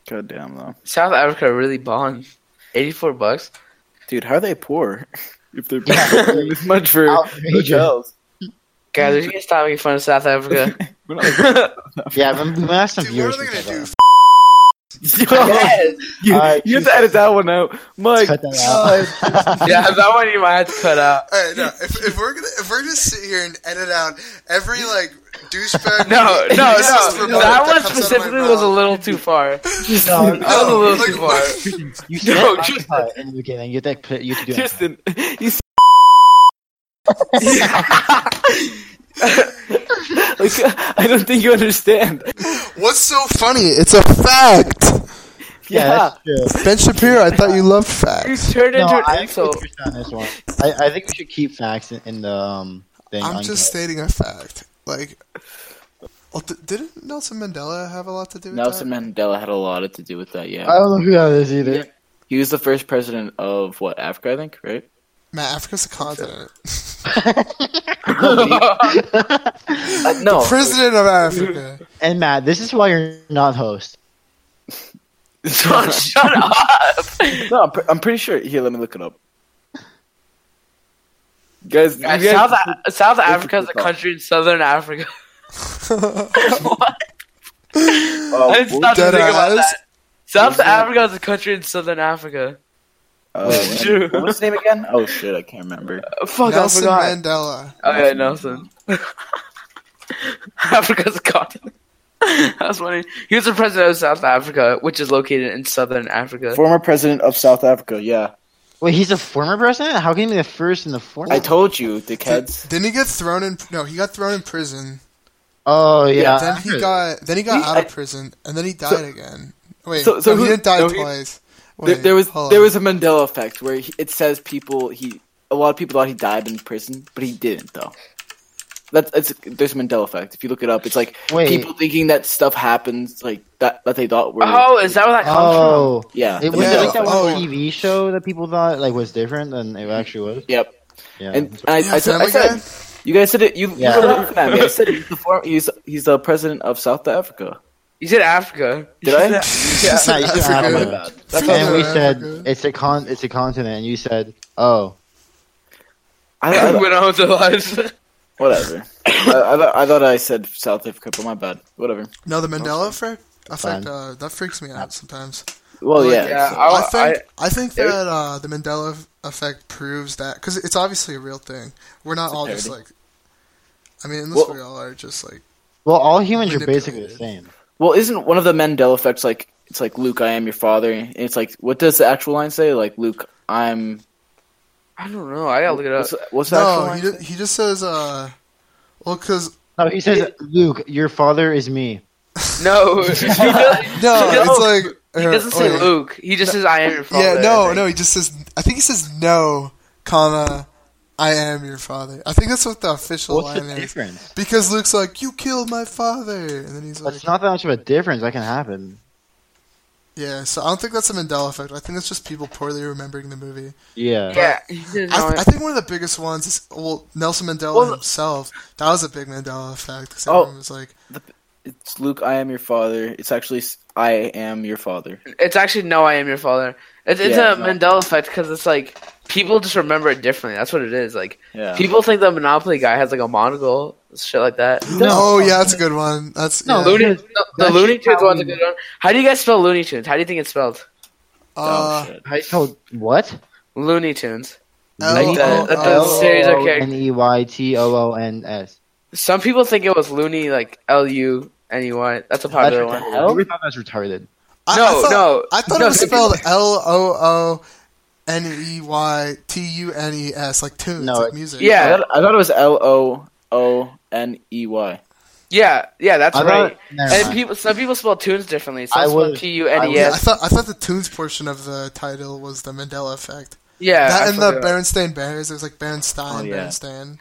God damn though, South Africa really balling. Eighty four bucks. dude. How are they poor? if they're Yeah. paying this much for Outrageous. hotels, Guys, we should stop making fun of South Africa. We're not like- yeah, but we might have some Dude, what viewers. are they gonna from do? South Yes. you, Alright, you have to edit that one out, Mike. Cut that out. yeah, that one you might have to cut out. All right, no. If, if we're gonna if we're gonna sit here and edit out every like douchebag, No, no, no. racist remark That one comes out of my specifically was a mouth- little too far. Africa. That was a little like, too far. what- You No, can't just- occupy it in the beginning. You have to, you have to do it. Justin, you s- like I don't think you understand. What's so funny? It's a fact. Yeah, Yeah, that's true. Ben Shapiro, I thought you loved You facts. turned No, into an I agree insult. with Tristan on this one. I, I think we should keep facts in, in the um, thing. I'm on just here. stating a fact. Like, well, th- didn't Nelson Mandela have a lot to do with Nelson that? Mandela had a lot to do with that. Yeah, I don't know who that is either. Yeah. he was the first president of what Africa, I think, right? Man, Africa's a continent. Oh, Uh, no. President of Africa. And Matt, this is why you're not host. Shut shut up. No, I'm, pre- I'm pretty sure. Here, let me look it up. Guys, you guys- South, A- South Africa is a difficult. country in southern Africa. what? oh, I didn't stop to dead think about ass. that. South that? Africa is a country in southern Africa. oh, True. what was his name again? Oh shit, I can't remember. Uh, Fuck, I Nelson forgot. Mandela. Oh yeah, Nelson. Africa's a continent. That's funny. He was the president of South Africa, which is located in southern Africa. Former president of South Africa. Yeah, Wait, he's a former president? How can he be the first in the former? I told you, dickheads. Didn't he get thrown in? No, he got thrown in prison. oh yeah. then he got then he got He- out of I- prison, and then he died So- again. Wait, so- so no, he who- didn't die no, he- twice. There, Wait, there was hold there on. was a Mandela effect where he, it says people he a lot of people thought he died in prison, but he didn't though. That's it's there's a Mandela effect. If you look it up, it's like Wait. people thinking that stuff happens like that that they thought were Oh, is that where that comes from? Oh. yeah the It was it Yeah. like that Mandela- one Oh. TV show that people thought like was different than it actually was. yep. Yeah. And, and I, Yeah, I, said, I Family Guy? said you guys said it. You, Yeah. you were laughing at me. I said he's the, form, he's he's the president of South Africa. You said Africa. Did I? Yeah. Matt, you said Africa. Africa. bad. and we South Africa. said it's a con it's a continent and you said, Oh. I, I, went on with their lives. whatever. I, I, thought- I thought I said South Africa, but my bad. Whatever. no the Mandela effect. Fine. Effect uh, that freaks me out sometimes. Well, Well, yeah. yeah, so- I- I think I, think it- that uh, the Mandela effect proves that because it's obviously a real thing. We're not It's a all just parody. like. I mean, unless Well- we all are just like. Well all humans are basically the Manipulated. same. well, isn't one of the Mandela effects like it's like Luke, I am your father? And it's like what does the actual line say? Like Luke, I'm. I don't know. I gotta look it up. What's, what's the actual No, line? he, ju- he just says, uh, well, because No, he says Luke, your father is me. No, he, does, no, he does- it's like uh, he doesn't say Luke. He just says, "I am your father." Yeah, no, I think. no, he just says. I think he says no, comma, I am your father. I think that's what the official What's line the is. difference? Because Luke's like, "You killed my father," and then he's like, That's not that much of a difference. That can happen. Yeah, so I don't think that's a Mandela effect. I think that's just people poorly remembering the movie. Yeah. Yeah, he didn't I, know th- I it. think one of the biggest ones is well Nelson Mandela Well, the- himself. That was a big Mandela effect because Oh. everyone was like, It's Luke. I am your father. It's actually s- I am your father. It's actually no, I am your father. It's, it's Yeah, a no. Mandela effect because it's like people just remember it differently. That's what it is. Like Yeah. people think the Monopoly guy has like a monocle, shit like that. "Oh yeah, that's a good one." That's No, yeah. Looney- Looney, the, the that's Looney just Tunes how one's a we- good one. How do you guys spell Looney Tunes? How do you think it's spelled? Uh, oh shit. I told what? Looney Tunes. L- Like O- the, like the L- series of N characters. E Y T O O N S. Some people think it was Looney, like L U N E Y. That's a That's popular one. retarded. We thought that's retarded. I- I No, thought- no. I thought No, it was some spelled L O O N E Y T U N E S, like tunes, No, like it- music. Yeah. I thought, I thought it was L O O N E Y. Yeah, yeah, that's I right. thought. never And mind. people, some people spell tunes differently. Some I spell would've- T U N E Yeah, I S. thought I thought the tunes portion of the title was the Mandela effect. Yeah, that I and the forgot. Berenstain Bears, it was like Berenstain, Oh, yeah. Berenstain.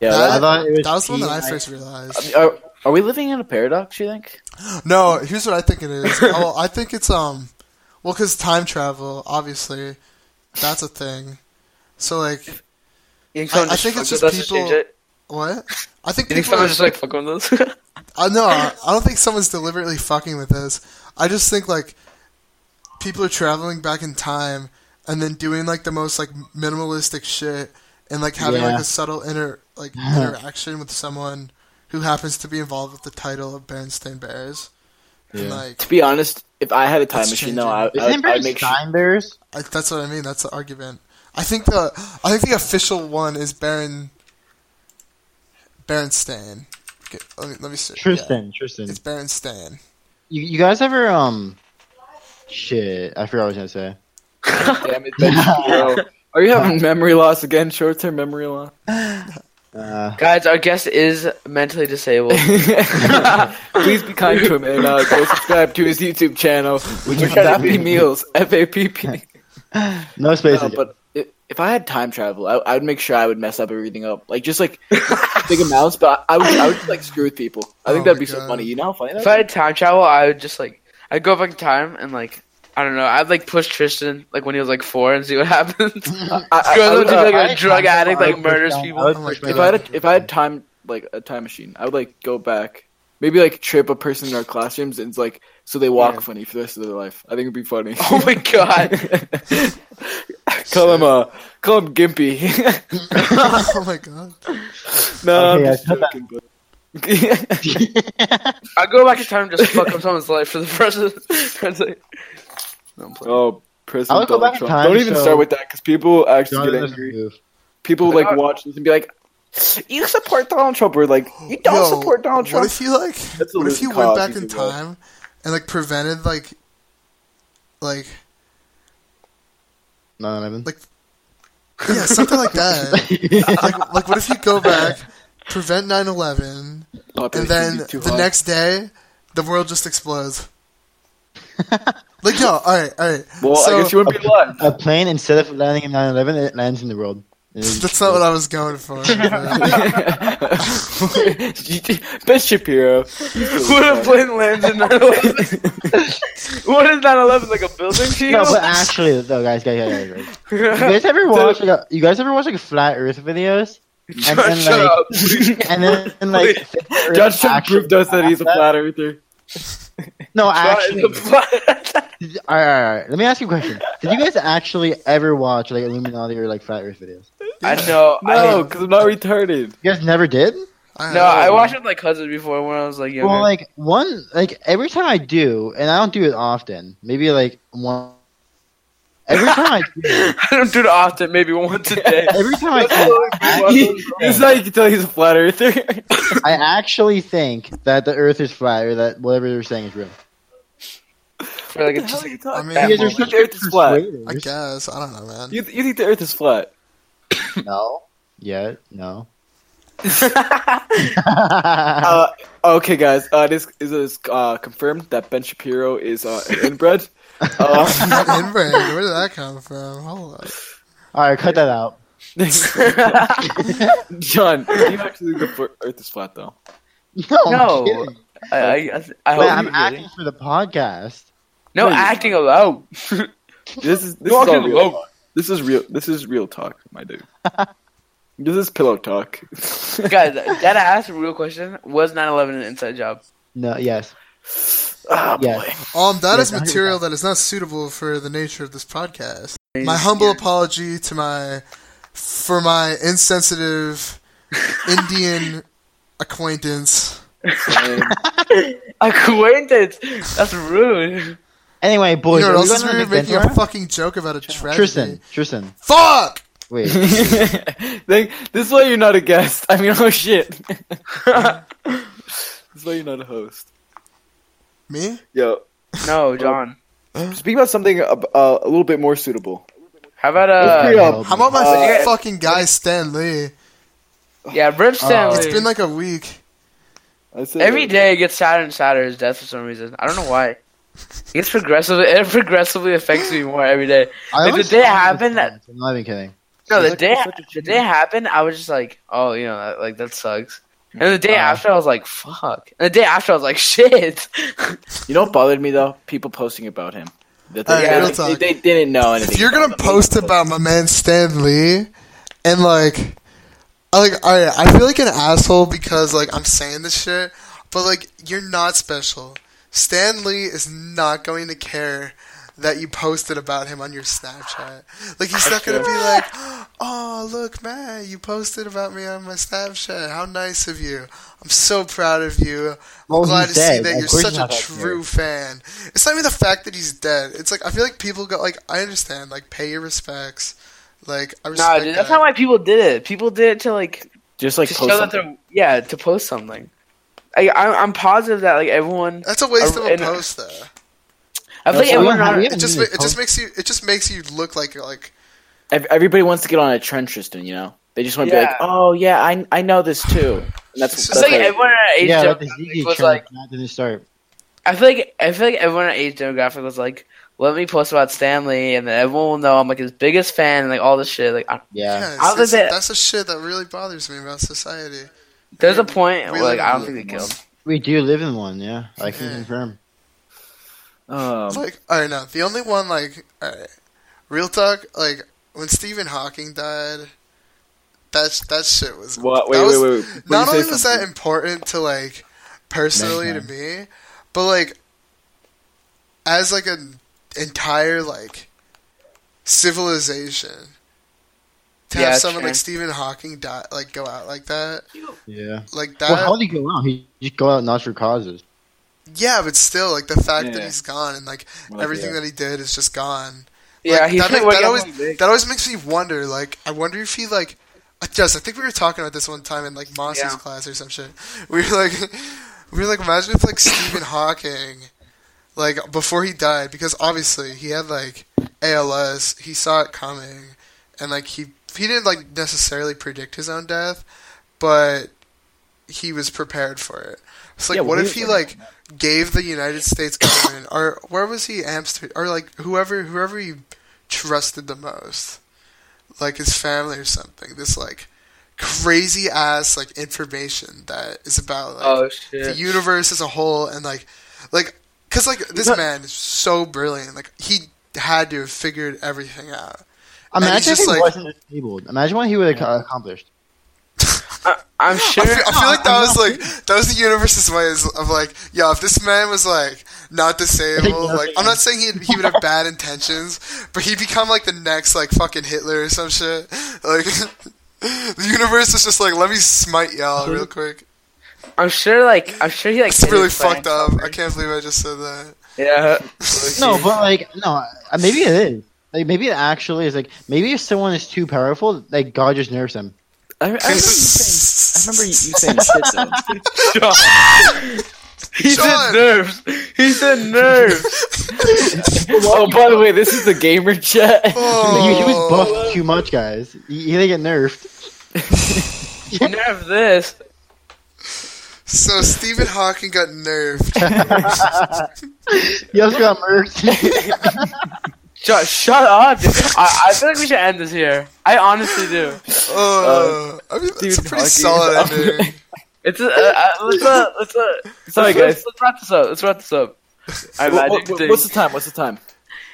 Yeah. That- I thought it was. That was the one that I P- first realized. that- are, are we living in a paradox? You think? No, here's what I think it is. oh, I think it's um, well, because time travel, obviously, that's a thing. So like, You think someone I- I think fucked it's just with us to change people- it? what? I think You people. think someone Are, just like fuck with us? I no, I I don't think someone's deliberately fucking with this. I just think like, people are traveling back in time and then doing like the most like minimalistic shit and like having Yeah. like a subtle inter like interaction with someone who happens to be involved with the title of Berenstain Bears. And Yeah. like, To be honest, if I had a time That's machine, though, I, changing. I, Isn't would- I would Bruce make sure. Steinbear's? I, that's what I mean. That's the argument. I think the I think the official one is Baron Berenstain. Okay, let me let me see. Yeah, Tristan. Tristan. it's Berenstain. You, you guys ever um? Shit, I forgot what I was gonna say. Damn it, Ben Shapiro. Are you having memory loss again? Short term memory loss? Uh, Guys, our guest is mentally disabled. Please be kind to him and uh, go subscribe to his YouTube channel, which is Happy Meals, F A P P. no space. No, but i- if I had time travel, I, I would make sure I would mess up everything up, like just like big amounts. But I would, I would just, like screw with people. I Oh think that'd my be God. so funny. You know how funny if I that? had time travel, I would just like I'd go back in time and like I don't know. I'd like push Tristan like when he was like four and see what happens. I, I, I, Grows up would, to be uh, like I a had drug time travel, addict, I like would push murders down- I people. would Oh my push my if I had luck. a, if I had time like a time machine, I would like go back. Maybe like trip a person in our classrooms and it's like so they walk Yeah. funny for the rest of their life. I think it'd be funny. Oh my god. call him uh, call him Gimpy. oh my god. no, I'm Okay, Oh, I just cut that. joking, but- I'd go back in time and just fuck up someone's life for the rest of That's like, oh, I President would go Donald back in Trump! time, Don't even so- start with that because people actually John get doesn't angry. move. People Like, like uh, watch this and be like, "You support Donald Trump," or like, "You don't Yo, support Donald Trump." What if you like? That's a What if losing you went cause, back you in could go. time and like prevented like, like No, no, no. Like- yeah, something like that. Like, like what if you go back, prevent 9-11, and then the next day the world just explodes? like yo, all right, all right. Well, so- I guess you wouldn't be alive. a plane instead of landing in 9/11, it lands in the world. It is- That's not what I was going for. but- ben Shapiro. What a plane lands in 9 11? What is 9 11? Like a building to you? No, but actually, though, guys, guys, guys, guys, guys. You guys ever watch? Like, a, you guys ever watch like flat Earth videos? And Shut- then, shut like- up. And then and, like, Judge Trump actually- proved us that he's a flat earther. No, actually, Actually, all right, all right, all right. Let me ask you a question. Did you guys actually ever watch like Illuminati or like flat Earth videos? I know. No, because I'm not retarded. You guys never did. I- I, no, I watched it with my cousins before when I was like younger. Well, like one, like every time I do, and I don't do it often. Maybe like one. Every time I do, I don't do it often, maybe once a day. every time I do, He's not. You can tell he's a flat earther. I actually think that the Earth is flat or that whatever you're saying is real. For, like, it's just, you like, I talking mean, about? You guys You are well, think such the Earth is flat? I persuaders. guess I don't know, man. You you think the Earth is flat? No. Yeah. No. Uh-huh. Uh, okay, guys. Uh, this is is, uh, confirmed that Ben Shapiro is uh, inbred. Uh, Inbred, where did that come from? Hold up. All right, cut that out. John, do you actually think the fir- Earth is flat, though? No. No. I'm, kidding. I, I, I Wait, hope I'm you acting for the podcast. No No, you- acting allowed. This is this You're is all acting real. low. talk. This is real. This is real talk, my dude. this is pillow talk. Guys, that asked a real question. Was 9-11 an inside job? No. Yes. ah, boy. Yes. Um, that is Yes, I hear material that is not suitable for the nature of this podcast. My Yes. humble apology to my for my insensitive Indian acquaintance. Um, Acquaintance. That's rude. Anyway, You boys. know what are we else is going to weird? make Making a Ventura? fucking joke about a tragedy. Tristan. Tristan. Fuck! Wait. Thank- this is why you're not a guest. I mean, oh shit. this is why you're not a host. Me? Yo, No, John. speak about something uh, uh, a little bit more suitable. How about Hurry uh? up. How about my Uh, fucking guy Stan Lee? Yeah, Rip Uh, Stanley. It's been like a week. I said- uh, Every day it gets sadder and sadder his death for some reason. I don't know why. It gets progressively it progressively affects me more every day. I Like, always the day thought it happened was that- bad. I'm not even kidding. No, the Such- day such a the day happened, I was just like, oh, you know, that, like that sucks. And the day Wow. after, I was like, fuck. And the day after, I was like, shit. You know what bothered me though? People posting about him. That Alright, they, real they- talk. they didn't know anything. If you're about gonna him. post about my man Stan Lee, and like, I like, all right, I feel like an asshole because like I'm saying this shit, but like you're not special. Stan Lee is not going to care that you posted about him on your Snapchat. Like he's not gonna be like, oh look, man, you posted about me on my Snapchat. How nice of you. I'm so proud of you. I'm Well, glad to he's see dead. that Of you're course such he's a not that true fan. It's not even the fact that he's dead. It's like I feel like people go like I understand like pay your respects. Like I nah, respect dude, that's that. how my people did it. People did it to like just like to post show that something. they're yeah to post something. I, I'm, I'm positive that like everyone. That's a waste I- of a and- post though. I feel like Yeah, we everyone. don't have- we It haven't just even ma- it just posted- makes you it just makes you look like you're like Ev- Everybody wants to get on a trench, Tristan. You know, they just want to be Yeah. like, "Oh yeah, I I know this too." And that's It's that's It's like how- everyone at our age yeah, like the demographic Ziggy was trend like, not didn't start. I feel like I feel like everyone at age demographic was like, let me post about Stanley, and then everyone will know I'm like his biggest fan, and like all this shit. Like, I, Yeah. yeah, I'll it's- look at- that's the shit that really bothers me about society. there's a point where like Really? I don't think they killed. We do live in one, yeah. I can Yeah. confirm. It's um, like I don't know. The only one like alright. Real talk, like when Stephen Hawking died that that shit was What? that Wait, was- wait, wait, wait. not only Please say was that something. important to like personally to me, but like as like an entire like civilization to Yeah, have someone sure. like Stephen Hawking die, like go out like that, Yeah. like that. Well, how would he go out? He just go out not for causes. yeah, but still, like the fact that Yeah. he's gone and like Well, everything yeah. that he did is just gone. Yeah, Like, he's that like, make- that working always- on big. That always makes me wonder. Like, I wonder if he like. I Just, I think we were talking about this one time in like Mossy's Yeah. class or some shit. We were like, we were like, imagine if like Stephen Hawking, like before he died, because obviously he had like ALS. He saw it coming, and like he he didn't like necessarily predict his own death, but he was prepared for it. It's like, Yeah, what well, if he- he like gave the United States government or where was he Amsterdam or like whoever whoever he trusted the most, like his family or something. This like crazy ass like information that is about like Oh the shit! universe as a whole and like like because like this man is so brilliant. Like he had to have figured everything out. And he's Imagine if just he like- wasn't disabled. Imagine what he would have accomplished. I'm I sure. feel, I feel like that Oh, I'm was not like that was the universe's way is- of like, yo, if this man was like not disabled, like I'm not saying he he would have bad intentions, but he'd become like the next like fucking Hitler or some shit. Like the universe is just like, let me smite y'all real quick. I'm sure. Like I'm sure he like. It's did really his plan fucked up. I properly. can't believe I just said that. Yeah. No, but like no, uh, maybe it is. Like maybe it actually is like maybe if someone is too powerful, like God just nerfs him. I, I remember you saying, I remember you saying shit though. he Sean. said nerves. He said nerves. oh, by the way, this is the gamer chat. Like, he, he was Oh, buffed too much, guys. He, he didn't get nerfed. Nerve this. so Stephen Hawking got nerfed. He also got nerfed. John, shut up, dude. I, I feel like we should end this here. I honestly do. Oh, I mean, that's a Stephen pretty Hawking. solid ending. It's a, uh, uh, let's uh, let's uh, Sorry, let's, guys. Let's wrap this up. Let's wrap this up. I Wha- imagine. wha- thing. what's the time? What's the time?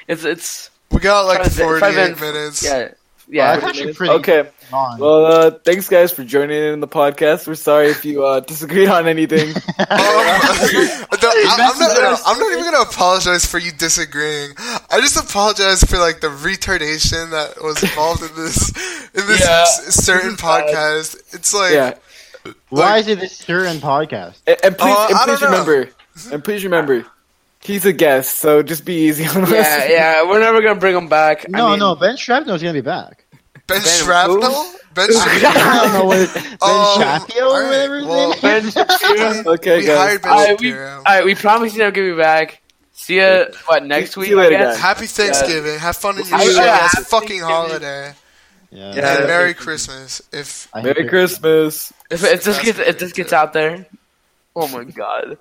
It's it's We got like Five- five 48 and- minutes. yeah Yeah, yeah. that's actually pretty Okay. long. Well, uh, thanks guys for joining in the podcast. We're sorry if you uh, disagreed on anything. Um, no, I, am not That's gonna, nice. I'm not even gonna apologize for you disagreeing. I just apologize for like the retardation that was involved in this in this Yeah. s- certain podcast. It's like yeah, Why is it this certain podcast? and, and please, Uh, and I please don't know. remember, and please remember, he's a guest, so just be easy on Yeah, us. yeah, we're never gonna bring him back. No, I mean, no, Ben Shrapnel's gonna be back. Ben, Ben Shrapnel. Ben Shrapnel. I don't know what Ben Um, Shrapnel all or right, whatever his well, name is. Ben- Okay, we guys. hired Ben Alright, we, Shapiro. alright, we promise you never gonna be back. See ya, what, next See week? you later, I guess? guys. Happy Thanksgiving. Have fun in your I- shit yeah, ass happy fucking Thanksgiving. holiday. Yeah. Yeah. and Merry Christmas. If I hate Merry it. Christmas. If, if this gets if this gets out there, oh my god.